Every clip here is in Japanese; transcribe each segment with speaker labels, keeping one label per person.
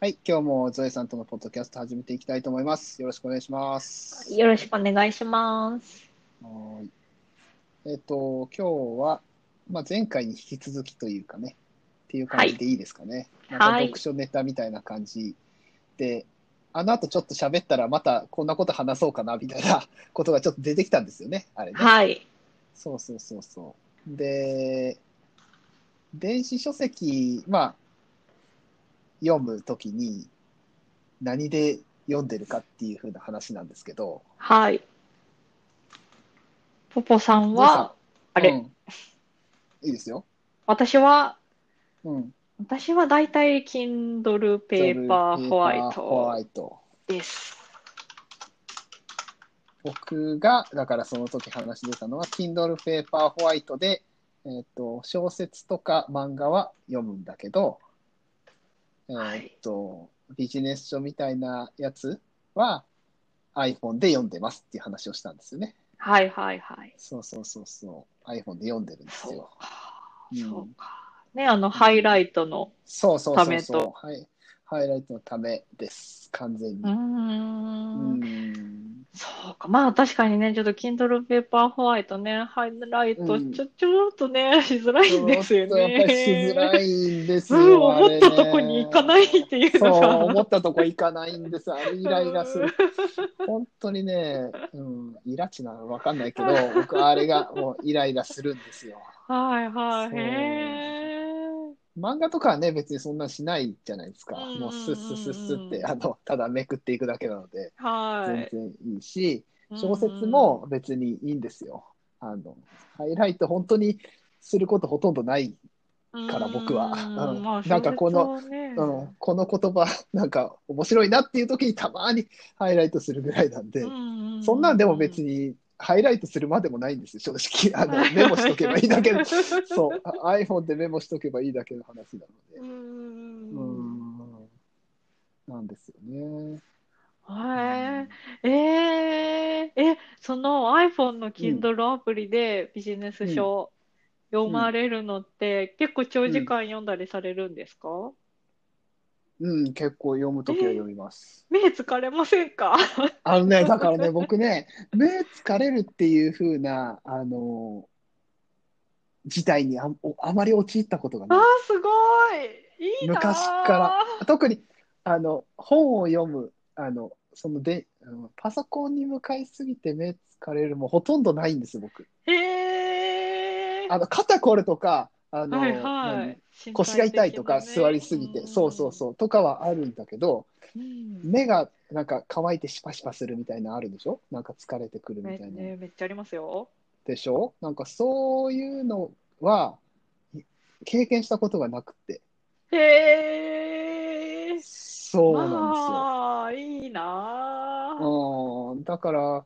Speaker 1: はい、今日もゾエさんとのポッドキャスト始めていきたいと思います。よろしくお願いします。
Speaker 2: よろしくお願いします。
Speaker 1: はーいえっ、と、今日は、まあ、前回に引き続きというかね、っていう感じでいいですかね。
Speaker 2: は
Speaker 1: な
Speaker 2: い
Speaker 1: ん
Speaker 2: は
Speaker 1: か
Speaker 2: い
Speaker 1: 読書ネタみたいな感じで、あの後ちょっと喋ったらまたこんなこと話そうかなみたいなことがちょっと出てきたんですよね、あれね。
Speaker 2: はい。
Speaker 1: そうそうそうそう。で、電子書籍、まあ、読むときに何で読んでるかっていう風な話なんですけど、
Speaker 2: はい。ポポさ
Speaker 1: ゾウさん
Speaker 2: んは、あれ、
Speaker 1: うんいいですよ。
Speaker 2: 私は、
Speaker 1: うん。
Speaker 2: 私は大体 Kindle ペーパーホワイ
Speaker 1: ペーパーホワ
Speaker 2: ト
Speaker 1: イト。
Speaker 2: です。
Speaker 1: 僕が、だからその時話出たのは、Kindle Paper White で、えっ、と、小説とか漫画は読むんだけど、えっ、と、ビジネス書みたいなやつは iPhone で読んでますっていう話をしたんですよね。
Speaker 2: はいはいはい。
Speaker 1: そうそうそうそう。iPhone で読んでるんです
Speaker 2: そう
Speaker 1: よ。
Speaker 2: か。
Speaker 1: うん
Speaker 2: そうか。ね、あの、ハイライトの。
Speaker 1: そうそうそ
Speaker 2: た
Speaker 1: う
Speaker 2: め
Speaker 1: そう
Speaker 2: と。
Speaker 1: はい。ハイライトのためです。完全
Speaker 2: うー
Speaker 1: に。
Speaker 2: ん。
Speaker 1: うん
Speaker 2: そうか。まあ確かにね、ちょっと Kindle ペーパーホワイトね、ハイライト、
Speaker 1: うん
Speaker 2: ちょ、ちょっとね、 しづらいんですよ
Speaker 1: ちょっとやっぱりし
Speaker 2: ね。
Speaker 1: づらいんです
Speaker 2: うん
Speaker 1: よ。あ
Speaker 2: 思
Speaker 1: れ
Speaker 2: ったとこに行かないっていう
Speaker 1: そう、
Speaker 2: のが。
Speaker 1: 思ったとこ行かないんです。あれイライラす る。本当にね、うん、イラチなのわかんない けど、僕、あれがもうイライラするんですよ。
Speaker 2: はいは
Speaker 1: そう
Speaker 2: い。へー
Speaker 1: 漫画とかはね、別にそんなしないじゃないですか。
Speaker 2: うんうんうんうん
Speaker 1: もうスッスッスッスッって、あの、ただめくっていくだけなので、
Speaker 2: は
Speaker 1: 全
Speaker 2: い。
Speaker 1: 然いいし、小説も別にいいんですよ。あの、ハイライト本当にすることほとんどないから僕は
Speaker 2: うん
Speaker 1: うん
Speaker 2: まあ
Speaker 1: なんかこの
Speaker 2: 小説はね
Speaker 1: うん、この言葉なんか面白いなっていう時にたまにハイライトするぐらいなんで、
Speaker 2: う
Speaker 1: そんなんでも別にハイライトするまでもないんですよ正直あのメモしとけばいいだけ のそうあ iPhone でメモしとけばいいだけの話なの
Speaker 2: う
Speaker 1: で
Speaker 2: ん
Speaker 1: うーんなんですよね。
Speaker 2: へええーえその iPhone の Kindle アプリでビジネス書読まれるのって結構長時間読んだりされるんですか
Speaker 1: うん、結構読むときは読みます。
Speaker 2: 目疲れませんか
Speaker 1: あのね、だからね、僕ね、目疲れるっていう風な、あの、事態にあんあまり陥ったことがない
Speaker 2: あ。ーすごいいいなー
Speaker 1: 昔から特にあの本を読むあのそのであのパソコンに向かいすぎて目疲れるもうほとんどないんです僕
Speaker 2: へえ
Speaker 1: あの肩こるとかあの、
Speaker 2: はいは
Speaker 1: 何
Speaker 2: い。身体的なね
Speaker 1: 腰が痛いとか、座りすぎて、そうそうそうとかはあるんだけど
Speaker 2: うん。うん
Speaker 1: 目がなんか乾いてシパシパするみたいなのあるでしょなんか疲れてくるみ
Speaker 2: め
Speaker 1: たいな
Speaker 2: ねめっちゃありますよ。
Speaker 1: でしょなんかそういうのはい経験したことがなくて
Speaker 2: へえ。
Speaker 1: そうなんですよ。
Speaker 2: まあいいなー。
Speaker 1: うんだから、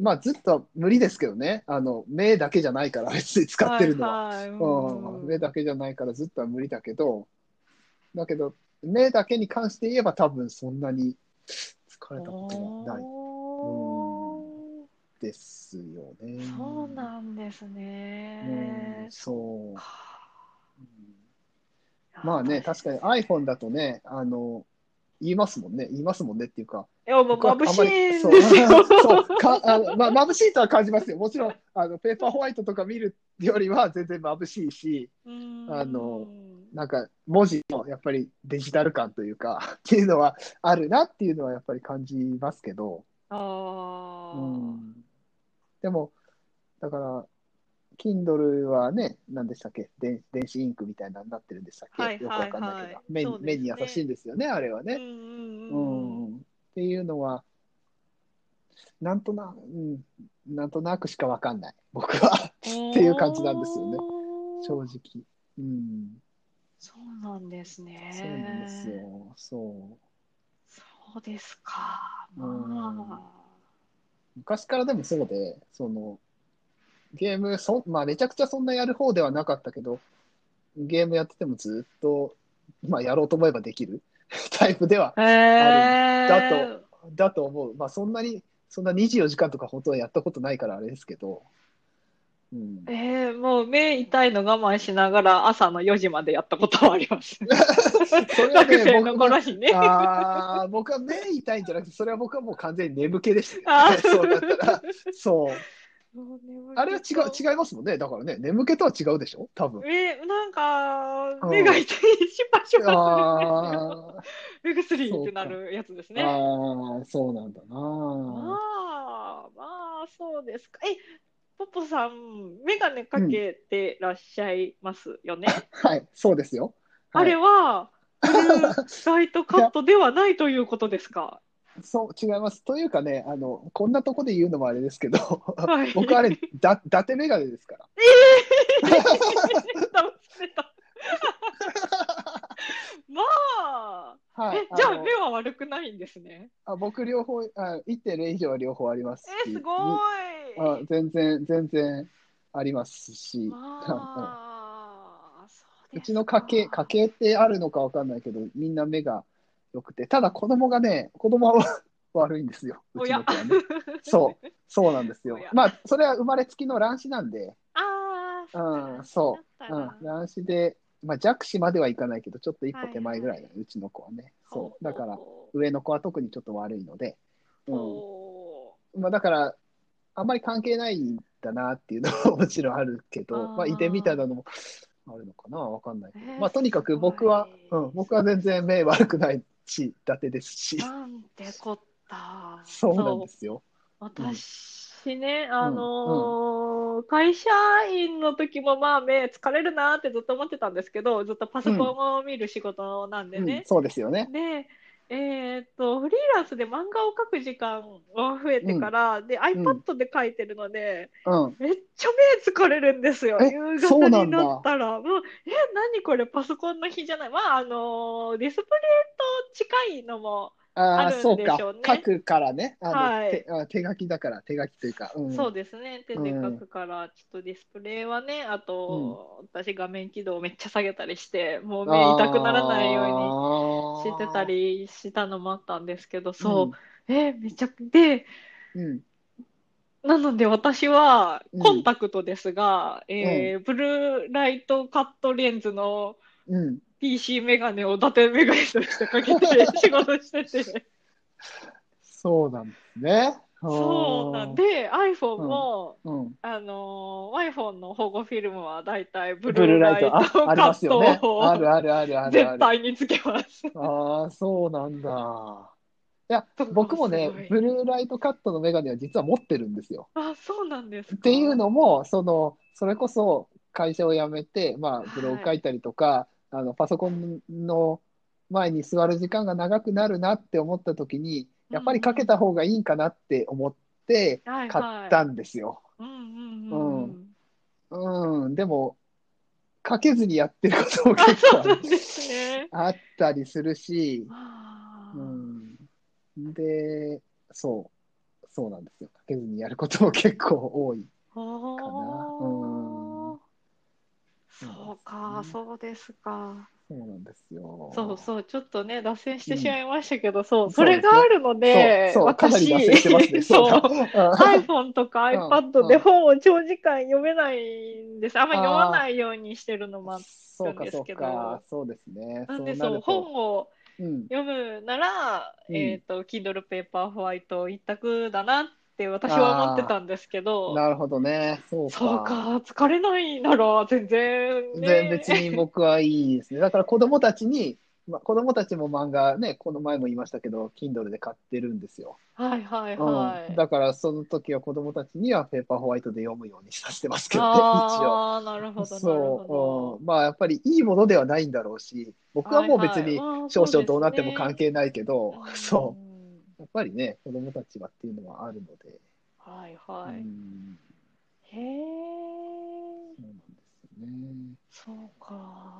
Speaker 1: まあ、ずっとは無理ですけどね、あの目だけじゃないから、 別に使ってるのは。
Speaker 2: はいはい
Speaker 1: うん
Speaker 2: うん
Speaker 1: 目だけじゃないから、ずっとは無理だけど、だけど、目だけに関して言えば、多分そんなに疲れたことはない
Speaker 2: おー
Speaker 1: ですよね。
Speaker 2: そうなんです
Speaker 1: うん
Speaker 2: ね。
Speaker 1: そう
Speaker 2: か
Speaker 1: まあね、確かに iPhone だとね、あの、言いますもんね、言いますもんねっていうか、
Speaker 2: いや、もう
Speaker 1: 僕は
Speaker 2: 眩しいんです
Speaker 1: あ
Speaker 2: よ
Speaker 1: んま。りそう そうかあのまあ、眩しいとは感じますよ。もちろん、あのペーパーホワイトとか見るよりは全然眩しいし、
Speaker 2: うん
Speaker 1: あのなんか文字のやっぱりデジタル感というか、っていうのはあるなっていうのはやっぱり感じますけど、
Speaker 2: あ
Speaker 1: う
Speaker 2: ー
Speaker 1: ん、でも、だから、Kindle はね、何でしたっけ電、電子インクみたいなのになってるんでしたっけ、
Speaker 2: はい
Speaker 1: よくわかんないけ
Speaker 2: はい
Speaker 1: ど
Speaker 2: はい
Speaker 1: 目に、
Speaker 2: そうです
Speaker 1: 目
Speaker 2: ね
Speaker 1: に優しいんですよね、あれはね。
Speaker 2: うんう
Speaker 1: う
Speaker 2: んうんうん
Speaker 1: んっていうのは、なんとな、うん、なんとなくしかわかんない、僕は、っていう感じなんですよね
Speaker 2: おー
Speaker 1: 正直。うん、
Speaker 2: そうなんですね。
Speaker 1: そうなんです。よ、そう。
Speaker 2: そうですか。ま
Speaker 1: 昔からでもそうで、その、ゲームそ、まあ、めちゃくちゃそんなやる方ではなかったけど、ゲームやっててもずっと、まあ、やろうと思えばできる タイプでは、
Speaker 2: あ。えー、
Speaker 1: だと。だと思う。まあ、そんなに、そんな24時間とか本当はやったことないからあれですけど、うん
Speaker 2: え、ー、もう目痛いの我慢しながら朝の4時までやったことはあり ます。
Speaker 1: それは
Speaker 2: 学生
Speaker 1: ね、
Speaker 2: の
Speaker 1: 僕
Speaker 2: 頃
Speaker 1: は、
Speaker 2: にね。
Speaker 1: あー僕は目痛いんじゃなくて、それは僕はもう完全に眠気でした
Speaker 2: あ
Speaker 1: ね、
Speaker 2: ー
Speaker 1: そうだったら。そう。
Speaker 2: もう眠気
Speaker 1: あれは違う、違いますもんね。だからね、眠気とは違うでしょ多 分。
Speaker 2: え、なんか、
Speaker 1: うん
Speaker 2: 目が痛い、シュパシュパするんですよ。
Speaker 1: あ
Speaker 2: 目薬ってなるやつです
Speaker 1: ー、
Speaker 2: ね。
Speaker 1: あー、そうなんだ
Speaker 2: ま
Speaker 1: な。
Speaker 2: あ、まあ、そうですか。え、ポポさん、メガネかけてらっしゃいますよね。
Speaker 1: はい、そうですよ。
Speaker 2: あれ
Speaker 1: は
Speaker 2: は、ブルーライトカットではないということですか。
Speaker 1: い、そう、違います。というかね、あの、こんなとこで言うのもあれですけど、
Speaker 2: はい。
Speaker 1: 僕あれ、だ、伊達メガネですから。
Speaker 2: 倒してた。まあ、
Speaker 1: は
Speaker 2: え
Speaker 1: い。、
Speaker 2: じゃあ
Speaker 1: の
Speaker 2: 目は悪くないんですね。
Speaker 1: あ僕両方、あ1.0以上は両方あります
Speaker 2: え、
Speaker 1: し。
Speaker 2: すご
Speaker 1: あ
Speaker 2: い。
Speaker 1: 全然、全然ありますし、
Speaker 2: まあ、そう
Speaker 1: う
Speaker 2: です
Speaker 1: ちの家系、
Speaker 2: か
Speaker 1: 家系ってあるのかわかんないけど、みんな目が良くて、ただ子供がね、子供は 悪いんですよ、う
Speaker 2: お
Speaker 1: ちの
Speaker 2: や
Speaker 1: 子はね。そう、そうなんですよ
Speaker 2: おや。
Speaker 1: まあ、それは生まれつきの卵子なんで、
Speaker 2: ああ、
Speaker 1: うんそう
Speaker 2: だった
Speaker 1: う
Speaker 2: ら。
Speaker 1: ん、卵子で、まあ、弱視まではいかないけど、ちょっと一歩手前ぐらいだね、うちの子はね。そう、だから、
Speaker 2: ほう
Speaker 1: 上の子は特にちょっと悪いので、うん。
Speaker 2: ほ
Speaker 1: まあ、だから、あんまり関係ないんだなっていうのは もちろんあるけど、
Speaker 2: あー
Speaker 1: まあ、遺伝みたいなのもあるのかな、わかんないけど、
Speaker 2: えー
Speaker 1: まあ、とにかく僕は、
Speaker 2: す
Speaker 1: う
Speaker 2: ごい
Speaker 1: ん、僕は全然目悪くないし、伊達ですし
Speaker 2: う、なんてこった。
Speaker 1: そうなんですよ。
Speaker 2: そう私ね、あのー会社員の時もまあ目疲れるなってずっと思ってたんですけど、ずっとパソコンを見る仕事なんで
Speaker 1: うん
Speaker 2: ね。
Speaker 1: そうですよね。
Speaker 2: で、えーっと、フリーランスで漫画を描く時間が増えてから、で、iPad で描いてるので、
Speaker 1: うん。
Speaker 2: めっちゃ目疲れるんですよ。
Speaker 1: え
Speaker 2: 夕
Speaker 1: そう
Speaker 2: 方
Speaker 1: な
Speaker 2: に
Speaker 1: ん
Speaker 2: な
Speaker 1: だ
Speaker 2: ったら。もう、え、何これ、パソコンの日じゃない。まあ、あのーディスプレイと近いのも、
Speaker 1: あ
Speaker 2: あ
Speaker 1: あ、
Speaker 2: るん
Speaker 1: そう
Speaker 2: で
Speaker 1: か
Speaker 2: しょうね。
Speaker 1: 書くからね。あの
Speaker 2: はい
Speaker 1: 手あ手書きだから、手書きというか。うん、
Speaker 2: そうですね、手で書くから、ちょっとディスプレイはね、あと、私、画面起動をめっちゃ下げたりして、もう目痛くならないように
Speaker 1: よ
Speaker 2: してた。りしたのもあったんですけど、そうう、え、めちゃくで、
Speaker 1: ん。うん。
Speaker 2: なので私は
Speaker 1: うん
Speaker 2: コンタクトですが、えーブルーライトカットレンズの、
Speaker 1: うん。
Speaker 2: PC メガネを伊達メガネとしてかけて仕事してて。
Speaker 1: そうなんですね。
Speaker 2: そうなん
Speaker 1: あー。
Speaker 2: で、iPhone も、
Speaker 1: うん。
Speaker 2: あのー iPhone の保護フィルムはだいたいブ
Speaker 1: ブ
Speaker 2: ルーライト
Speaker 1: あ
Speaker 2: カ
Speaker 1: ありま
Speaker 2: ッ
Speaker 1: すよね。
Speaker 2: ト
Speaker 1: ある
Speaker 2: を
Speaker 1: あるあるあるあ
Speaker 2: 絶
Speaker 1: る。あ
Speaker 2: 対につけます。
Speaker 1: あー、そうなんだ。いや
Speaker 2: とか、
Speaker 1: 僕もね
Speaker 2: すごい、
Speaker 1: ブルーライトカットのメガネは実は持ってるんですよ。
Speaker 2: あ、そうなんです
Speaker 1: っていう
Speaker 2: か。
Speaker 1: のも、その、それこそ会社を辞めて、まあ、ブログ書いたりとか、あの、パソコンの前に座る時間が長くなるなって思った時に、やっぱりかけた方がいいんかなって思って
Speaker 2: はい
Speaker 1: 買
Speaker 2: はい
Speaker 1: ったんですよ。
Speaker 2: うんうんうんう。
Speaker 1: うんうん、でも、かけずにやってることも
Speaker 2: あ、
Speaker 1: 結
Speaker 2: そ
Speaker 1: 構
Speaker 2: う なんですね。
Speaker 1: あったりするし、
Speaker 2: あ
Speaker 1: う
Speaker 2: ー
Speaker 1: ん、で、そう、そうなんですよ。かけずにやることも結構多い。
Speaker 2: お
Speaker 1: うん
Speaker 2: ーそうか、そうですか。
Speaker 1: そうなんですよ。
Speaker 2: そう
Speaker 1: う。
Speaker 2: そう、ちょっとね、脱線してしまいましたけど、そう、そ
Speaker 1: そう
Speaker 2: れ
Speaker 1: ですね
Speaker 2: があるので、
Speaker 1: そう、かなり脱線してます ね。
Speaker 2: 私そう、
Speaker 1: だ
Speaker 2: iPhone とか
Speaker 1: うん
Speaker 2: iPad で本を長時間読めないんです。あんまり読ま
Speaker 1: あー
Speaker 2: ないようにしてるのもあっ
Speaker 1: そうか、そうか、そうですね。
Speaker 2: なん
Speaker 1: そう
Speaker 2: で、
Speaker 1: な
Speaker 2: そう、
Speaker 1: ると、
Speaker 2: 本を
Speaker 1: うん、
Speaker 2: 読むなら、
Speaker 1: うん
Speaker 2: えっと、Kindle Paperwhite 一択だなって私は思ってたんですけど、
Speaker 1: なるほどね。そうか。
Speaker 2: そうか、疲れないなら全然
Speaker 1: 全
Speaker 2: ね、
Speaker 1: 別に僕はいいですね。だから子供たちに、ま、子供たちも漫画ね、この前も言いましたけど、Kindle で買ってるんですよ。
Speaker 2: はいはいは
Speaker 1: うん、
Speaker 2: い。
Speaker 1: だからその時は子供たちにはペーパーホワイトで読むようにさせてますけどね、一応。
Speaker 2: ああ、なるほど、なるほど。。
Speaker 1: そう、うん、まあやっぱりいいものではないんだろうし、僕はもう別に少々どうなっても関係ないけど、 そうう、やっぱりね、子供たちはっていうのはあるので、
Speaker 2: はいは
Speaker 1: う
Speaker 2: い。
Speaker 1: ん、そうなんですよ
Speaker 2: へえ、
Speaker 1: ね。
Speaker 2: そうか。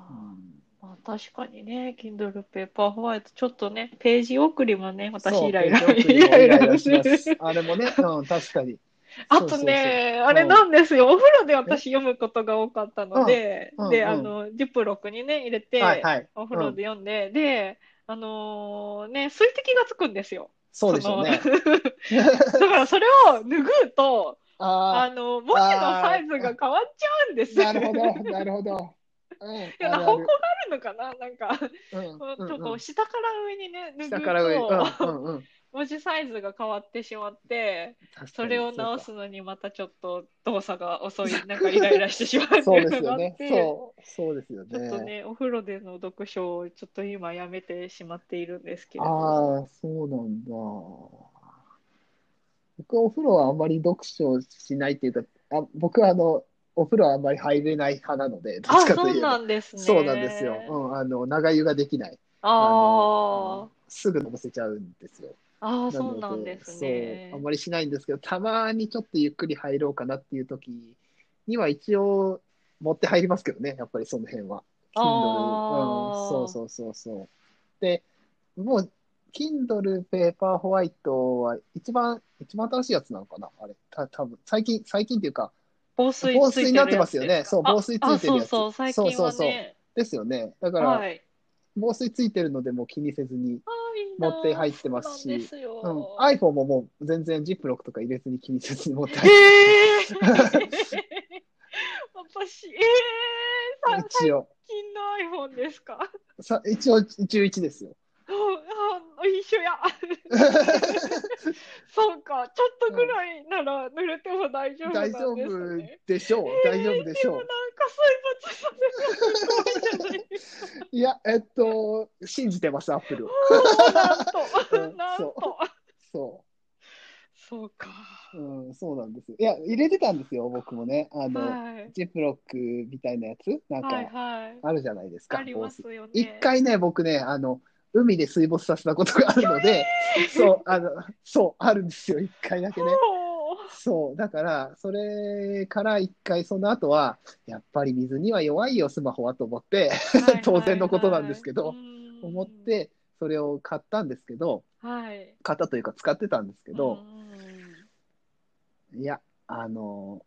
Speaker 1: うん
Speaker 2: まあ確かにね、Kindle Paperwhite ちょっとね、ページ送りもね、私
Speaker 1: そう
Speaker 2: イライラ
Speaker 1: ページ送り
Speaker 2: イライラ
Speaker 1: イライラします
Speaker 2: する
Speaker 1: あれもね、うん、確かに。
Speaker 2: あとね、あれなんですよ、お風呂で私読むことが多かったので
Speaker 1: うんう、ん
Speaker 2: で、
Speaker 1: うん
Speaker 2: あの、ジップロックにね、入れ
Speaker 1: そうそうそう、はい
Speaker 2: て、
Speaker 1: はい、
Speaker 2: お風呂で読んで、で、あのーね、水滴がつくんですよ。
Speaker 1: そうでしょうね。
Speaker 2: そのだからそれを拭うと、
Speaker 1: あ
Speaker 2: あの、文字のサイズが変わっちゃうんです
Speaker 1: あ、なるほ ど、
Speaker 2: い
Speaker 1: なるほど。うん、
Speaker 2: や、
Speaker 1: あるある
Speaker 2: 方向があるのかななんか、
Speaker 1: うん
Speaker 2: こう
Speaker 1: うん
Speaker 2: とこ
Speaker 1: う
Speaker 2: うん下から上にね、
Speaker 1: 下から上、
Speaker 2: 拭くと
Speaker 1: うんうんうん、
Speaker 2: 文字サイズが変わってしまって、それを直すのにまたちょっと動作が遅い、なんかイライラしてしまうって
Speaker 1: そう
Speaker 2: い
Speaker 1: かそう
Speaker 2: う
Speaker 1: です
Speaker 2: のがあ
Speaker 1: よ
Speaker 2: っ
Speaker 1: ね。
Speaker 2: て、
Speaker 1: そう、そうですよ
Speaker 2: ちょっと
Speaker 1: ね。
Speaker 2: ね、お風呂での読書をちょっと今やめてしまっているんですけれど。
Speaker 1: ああ、そうなんだ。僕、お風呂はあんまり読書しないっていうか、あ、僕はあの、お風呂はあんまり入れない派なので、どっ
Speaker 2: あ、
Speaker 1: ちかと
Speaker 2: そう
Speaker 1: いえ
Speaker 2: な
Speaker 1: ば。
Speaker 2: んですね。
Speaker 1: そうなんですよ。うん、あの、長湯ができない。
Speaker 2: あ
Speaker 1: すぐのぼせちゃうんですよ。
Speaker 2: あ、ああ、
Speaker 1: な
Speaker 2: そうな
Speaker 1: の
Speaker 2: ん
Speaker 1: で、
Speaker 2: ですね
Speaker 1: そう、あ。んまりしないんですけど、たまにちょっとゆっくり入ろうかなっていう時には一応持って入りますけどね、やっぱりその辺は。Kindle、
Speaker 2: あー
Speaker 1: うん、そうそうそうそう。で、もう、Kindle Paper White は一番、一番新しいやつなのかなあれ、た多分最近、最近っていうか、
Speaker 2: 防水
Speaker 1: 防
Speaker 2: つ
Speaker 1: 水
Speaker 2: いて
Speaker 1: に
Speaker 2: るや
Speaker 1: な
Speaker 2: つ
Speaker 1: っ
Speaker 2: です
Speaker 1: て
Speaker 2: か
Speaker 1: ますよね。そう、防水ついてるやつ。
Speaker 2: あ、そうそう、最近はね。
Speaker 1: そうそうそう。ですよね。だから、
Speaker 2: はい。
Speaker 1: 防水ついてるのでもう気にせずに
Speaker 2: ああ、いいな
Speaker 1: 持って入ってます
Speaker 2: そうなんで
Speaker 1: し、
Speaker 2: すよ。
Speaker 1: うん、iPhone ももう全然ジップロックとか入れずに気にせずに持って入って
Speaker 2: えー、私、えー、さ最
Speaker 1: 一応
Speaker 2: 近の iPhone ですか
Speaker 1: さ一応11ですよ。
Speaker 2: ああ一緒 やそうかちょっとぐらいなら濡れても大丈夫な
Speaker 1: 大
Speaker 2: んです
Speaker 1: 丈夫
Speaker 2: ね
Speaker 1: でしょう、大丈夫でし
Speaker 2: で
Speaker 1: ょ
Speaker 2: もな
Speaker 1: うん
Speaker 2: か水没させるの怖いじゃないですか
Speaker 1: いやえっと信じてますアップルを
Speaker 2: な
Speaker 1: うんん
Speaker 2: となんと
Speaker 1: そ
Speaker 2: そうか
Speaker 1: う、うん、そうなんですよいや入れてたんですよ僕もねあの、
Speaker 2: はい
Speaker 1: ジップロックみたいなやつなん
Speaker 2: はい
Speaker 1: か
Speaker 2: はい
Speaker 1: あるじゃないですか、
Speaker 2: ありますよね
Speaker 1: 一回ね僕ねあの海で水没させたことがあるので、そうあのそうあるんですよ一回だけね
Speaker 2: ほう
Speaker 1: そう、だから、それから一回、その後は、やっぱり水には弱いよ、スマホはと思って、 当然のことなんですけど
Speaker 2: はいはいはい
Speaker 1: 思っ、て、それを買ったんですけど、
Speaker 2: うんはい
Speaker 1: 買ったというか使ってたんですけ
Speaker 2: う
Speaker 1: ど、
Speaker 2: んうん
Speaker 1: いや、あの、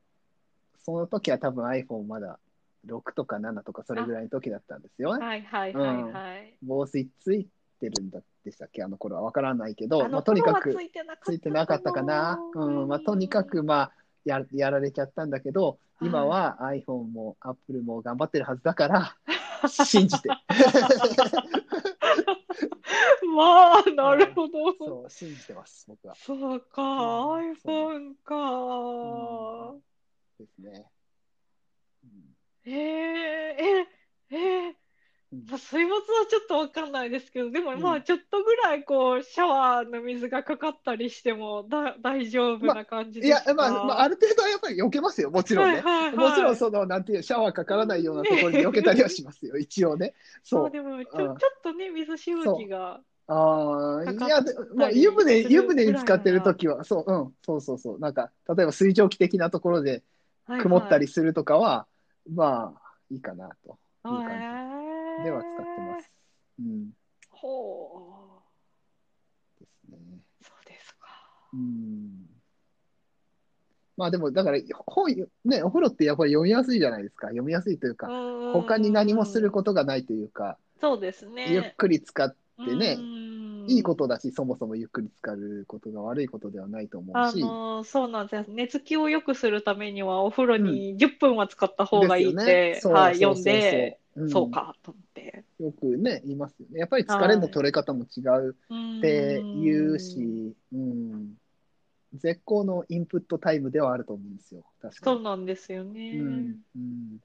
Speaker 1: その時は多分 iPhone まだ6とか7とかそれぐらいの時だったんですよね。
Speaker 2: はいはいはいはい、
Speaker 1: 防水ついてるんだでしたっけあの頃はわからないけど、
Speaker 2: あ
Speaker 1: まあ、
Speaker 2: の
Speaker 1: とに
Speaker 2: 頃
Speaker 1: か
Speaker 2: は
Speaker 1: く
Speaker 2: ついてなかった
Speaker 1: ついてなかったかな。うん、まあ、とにかく、まあ、や、やられちゃったんだけど、今は iPhone も Apple も頑張ってるはずだから、信じて。
Speaker 2: まあ、なるほど。
Speaker 1: そう、信じてます、僕は。
Speaker 2: そうか、
Speaker 1: うん
Speaker 2: iPhone
Speaker 1: う
Speaker 2: か
Speaker 1: ん。ですね。うん
Speaker 2: えー、え、え
Speaker 1: うん、
Speaker 2: まあ水没はちょっとわかんないですけど、でもま
Speaker 1: う
Speaker 2: あ、
Speaker 1: ん
Speaker 2: ちょっとぐらい、こう、シャワーの水がかかったりしても、だ、大丈夫な感じ
Speaker 1: い
Speaker 2: です
Speaker 1: や
Speaker 2: か。、
Speaker 1: まあ、まあ、ある程度はやっぱり避けますよ、もちろんね。
Speaker 2: はいはいはい
Speaker 1: もちろん、その、なんていう、シャワーかからないようなところで避けたりはしますよ、一応ね。
Speaker 2: ま
Speaker 1: そ
Speaker 2: あ
Speaker 1: う。
Speaker 2: でも、ちょ、
Speaker 1: うん
Speaker 2: ちょっとね、水しぶきが。
Speaker 1: ああ、い
Speaker 2: かか
Speaker 1: や、でまあ、湯船、
Speaker 2: するぐらい
Speaker 1: 湯船に浸かってるときは、そう、うん、そうそうそう。なんか、例えば水蒸気的なところで、
Speaker 2: はい
Speaker 1: 曇った
Speaker 2: はい
Speaker 1: りするとかは、まあ、いいかなと。いう感
Speaker 2: えー
Speaker 1: では使ってます。うん。
Speaker 2: ほう。
Speaker 1: ですね。
Speaker 2: そうですか。
Speaker 1: うん。まあでも、だから、本、ね、お風呂ってやっぱり読みやすいじゃないですか。読みやすいというか、他に何もすることがないというか、
Speaker 2: と。そうです
Speaker 1: ゆっ
Speaker 2: ね。
Speaker 1: くり使ってね
Speaker 2: う、ん
Speaker 1: いいことだし、そもそもゆっくり使うことが悪いことではないと思
Speaker 2: あ
Speaker 1: うし、
Speaker 2: のーそうなんです。寝つきを良くするためには、お風呂に10分は使った方がいいっ
Speaker 1: で
Speaker 2: て、
Speaker 1: すよね
Speaker 2: はい、
Speaker 1: そう
Speaker 2: 読ん
Speaker 1: そう
Speaker 2: で、
Speaker 1: そううん
Speaker 2: そうか、と思って。
Speaker 1: よくね、言いますよね。やっぱり疲れの取れ方も違うって言うし、うん、絶好のインプットタイムではあると思うんですよ、確か
Speaker 2: そ
Speaker 1: に
Speaker 2: う。なんですよね。
Speaker 1: うんうん、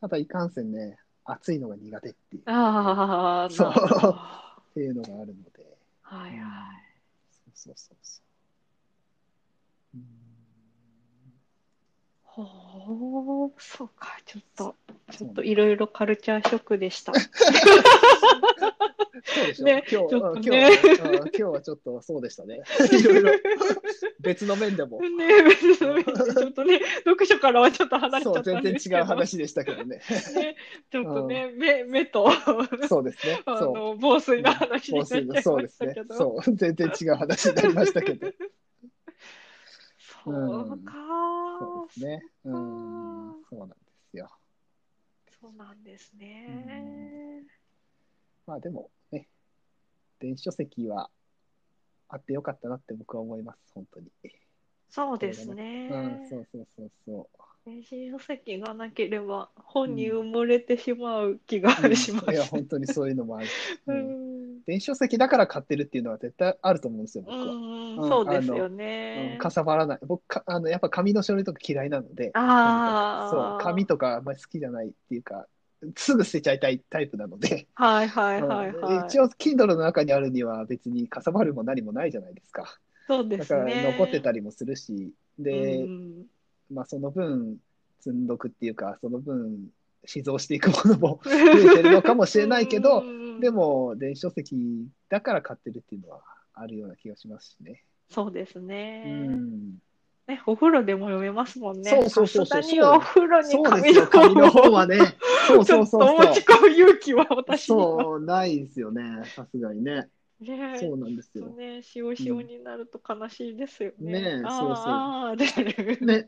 Speaker 1: ただ、いかんせんね、暑いのが苦手っていうっ
Speaker 2: ああ、
Speaker 1: そう
Speaker 2: なるほどは
Speaker 1: ていうのがあるので、
Speaker 2: いはい。
Speaker 1: そうそうそうそう。うん
Speaker 2: ほう、そうか、ちょっと、ち
Speaker 1: そう
Speaker 2: ょ
Speaker 1: な
Speaker 2: っ
Speaker 1: ん
Speaker 2: と
Speaker 1: で
Speaker 2: いろいろカルチャーショックで した。
Speaker 1: そうでしょ、
Speaker 2: ね
Speaker 1: 今日
Speaker 2: ちょ
Speaker 1: は
Speaker 2: っと
Speaker 1: 今日
Speaker 2: ね
Speaker 1: はうん今日はちょっとそうでした ね。いろいろ別の面でも。
Speaker 2: ね、別にちょっとね、読書からはちょっと離れちゃ
Speaker 1: そ
Speaker 2: っ
Speaker 1: う、
Speaker 2: たん
Speaker 1: 全
Speaker 2: です
Speaker 1: 然違う
Speaker 2: けど、
Speaker 1: 話でしたけどね。
Speaker 2: ね、ちょっとね、目、目と、
Speaker 1: そうですね。
Speaker 2: あ
Speaker 1: そう。
Speaker 2: の、防水の話になっちゃいまし
Speaker 1: そうです
Speaker 2: た
Speaker 1: ね
Speaker 2: け。ど。
Speaker 1: そう、全然違う話になりました けど。
Speaker 2: そうか、
Speaker 1: そうですね。うん、そうなんですよ。
Speaker 2: そうなんですね。
Speaker 1: まあでもね、電子書籍はあってよかったなって僕は思います、本当に。
Speaker 2: そうですね。
Speaker 1: うん、そうそうそうそう。
Speaker 2: 電子書籍がなければ本に埋もれてしまう気が
Speaker 1: うん
Speaker 2: しま
Speaker 1: いや、
Speaker 2: す。
Speaker 1: 本当にそういうのもある。う、
Speaker 2: うんん、
Speaker 1: 電子書籍だから買ってるっていうのは絶対あると思うんですよ、僕は。
Speaker 2: うん
Speaker 1: うん
Speaker 2: そうですよ
Speaker 1: う
Speaker 2: ね
Speaker 1: ん。かさばらない。僕か、あの、やっぱ紙の書類とか嫌いなので、
Speaker 2: あ
Speaker 1: そう、
Speaker 2: あ、
Speaker 1: 紙とかあんまり好きじゃないっていうか、すぐ捨てちゃいたいタイプなので、
Speaker 2: はいはいはい
Speaker 1: うん
Speaker 2: はい。
Speaker 1: 一応、Kindle の中にあるには別にかさばるも何もないじゃないですか。
Speaker 2: そうで
Speaker 1: だ
Speaker 2: す
Speaker 1: から
Speaker 2: ね。
Speaker 1: 残ってたりもするし、で
Speaker 2: う、ん
Speaker 1: まあその分、積んどくっていうか、その分、寄贈していくものも増えてるのかもしれないけど
Speaker 2: う、ん
Speaker 1: でも、電子書籍だから買ってるっていうのはあるような気がしますしね。
Speaker 2: そうです
Speaker 1: う
Speaker 2: ね。
Speaker 1: ん。
Speaker 2: ね、お風呂でも読めますもんね。
Speaker 1: そうそうそうそう
Speaker 2: さすがにお風呂に
Speaker 1: そうで
Speaker 2: 紙
Speaker 1: すよ、
Speaker 2: の
Speaker 1: 紙の
Speaker 2: 本
Speaker 1: 本
Speaker 2: を
Speaker 1: はね。そう
Speaker 2: ち
Speaker 1: そ
Speaker 2: ょ
Speaker 1: う
Speaker 2: っと
Speaker 1: そうそう。
Speaker 2: 持ち込む勇気は私には。
Speaker 1: そう、ないですよね、さすがにね。
Speaker 2: ね
Speaker 1: そうなんです
Speaker 2: ちょっ
Speaker 1: よ
Speaker 2: と。ね、塩塩になると悲しいですよね。
Speaker 1: ねえ
Speaker 2: あ
Speaker 1: そうそう
Speaker 2: ああーで、
Speaker 1: ね。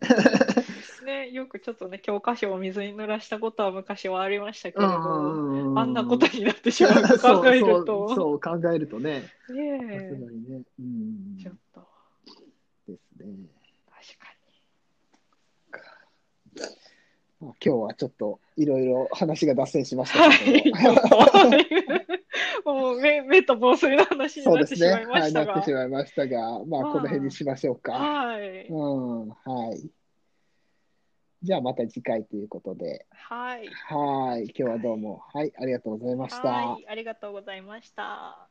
Speaker 2: ね、よくちょっとね、教科書を水に濡らしたことは昔はありましたけ
Speaker 1: う
Speaker 2: れ
Speaker 1: んう
Speaker 2: ど、
Speaker 1: うう
Speaker 2: あんなことになってしまうと考える
Speaker 1: そうそう
Speaker 2: と、
Speaker 1: そう考えるとね、さすが
Speaker 2: ねえ
Speaker 1: にね。うん。
Speaker 2: ち
Speaker 1: で
Speaker 2: ょっと、
Speaker 1: すね。
Speaker 2: 確かに。
Speaker 1: まあ今日はちょっといろいろ話が脱線しましたけども。
Speaker 2: もう目目と防水の話に
Speaker 1: そう
Speaker 2: な
Speaker 1: で
Speaker 2: って
Speaker 1: す
Speaker 2: し
Speaker 1: ね。
Speaker 2: まいま
Speaker 1: は
Speaker 2: し
Speaker 1: い、な
Speaker 2: た
Speaker 1: っ
Speaker 2: が。
Speaker 1: てしまいましたが、まあ、
Speaker 2: まあ
Speaker 1: この辺にしましょうか。
Speaker 2: はい。
Speaker 1: うん、はい。じゃあ、また次回ということで。
Speaker 2: はい。
Speaker 1: はい。今日はどうも。はい、ありがとうございました。
Speaker 2: はい。ありがとうございました。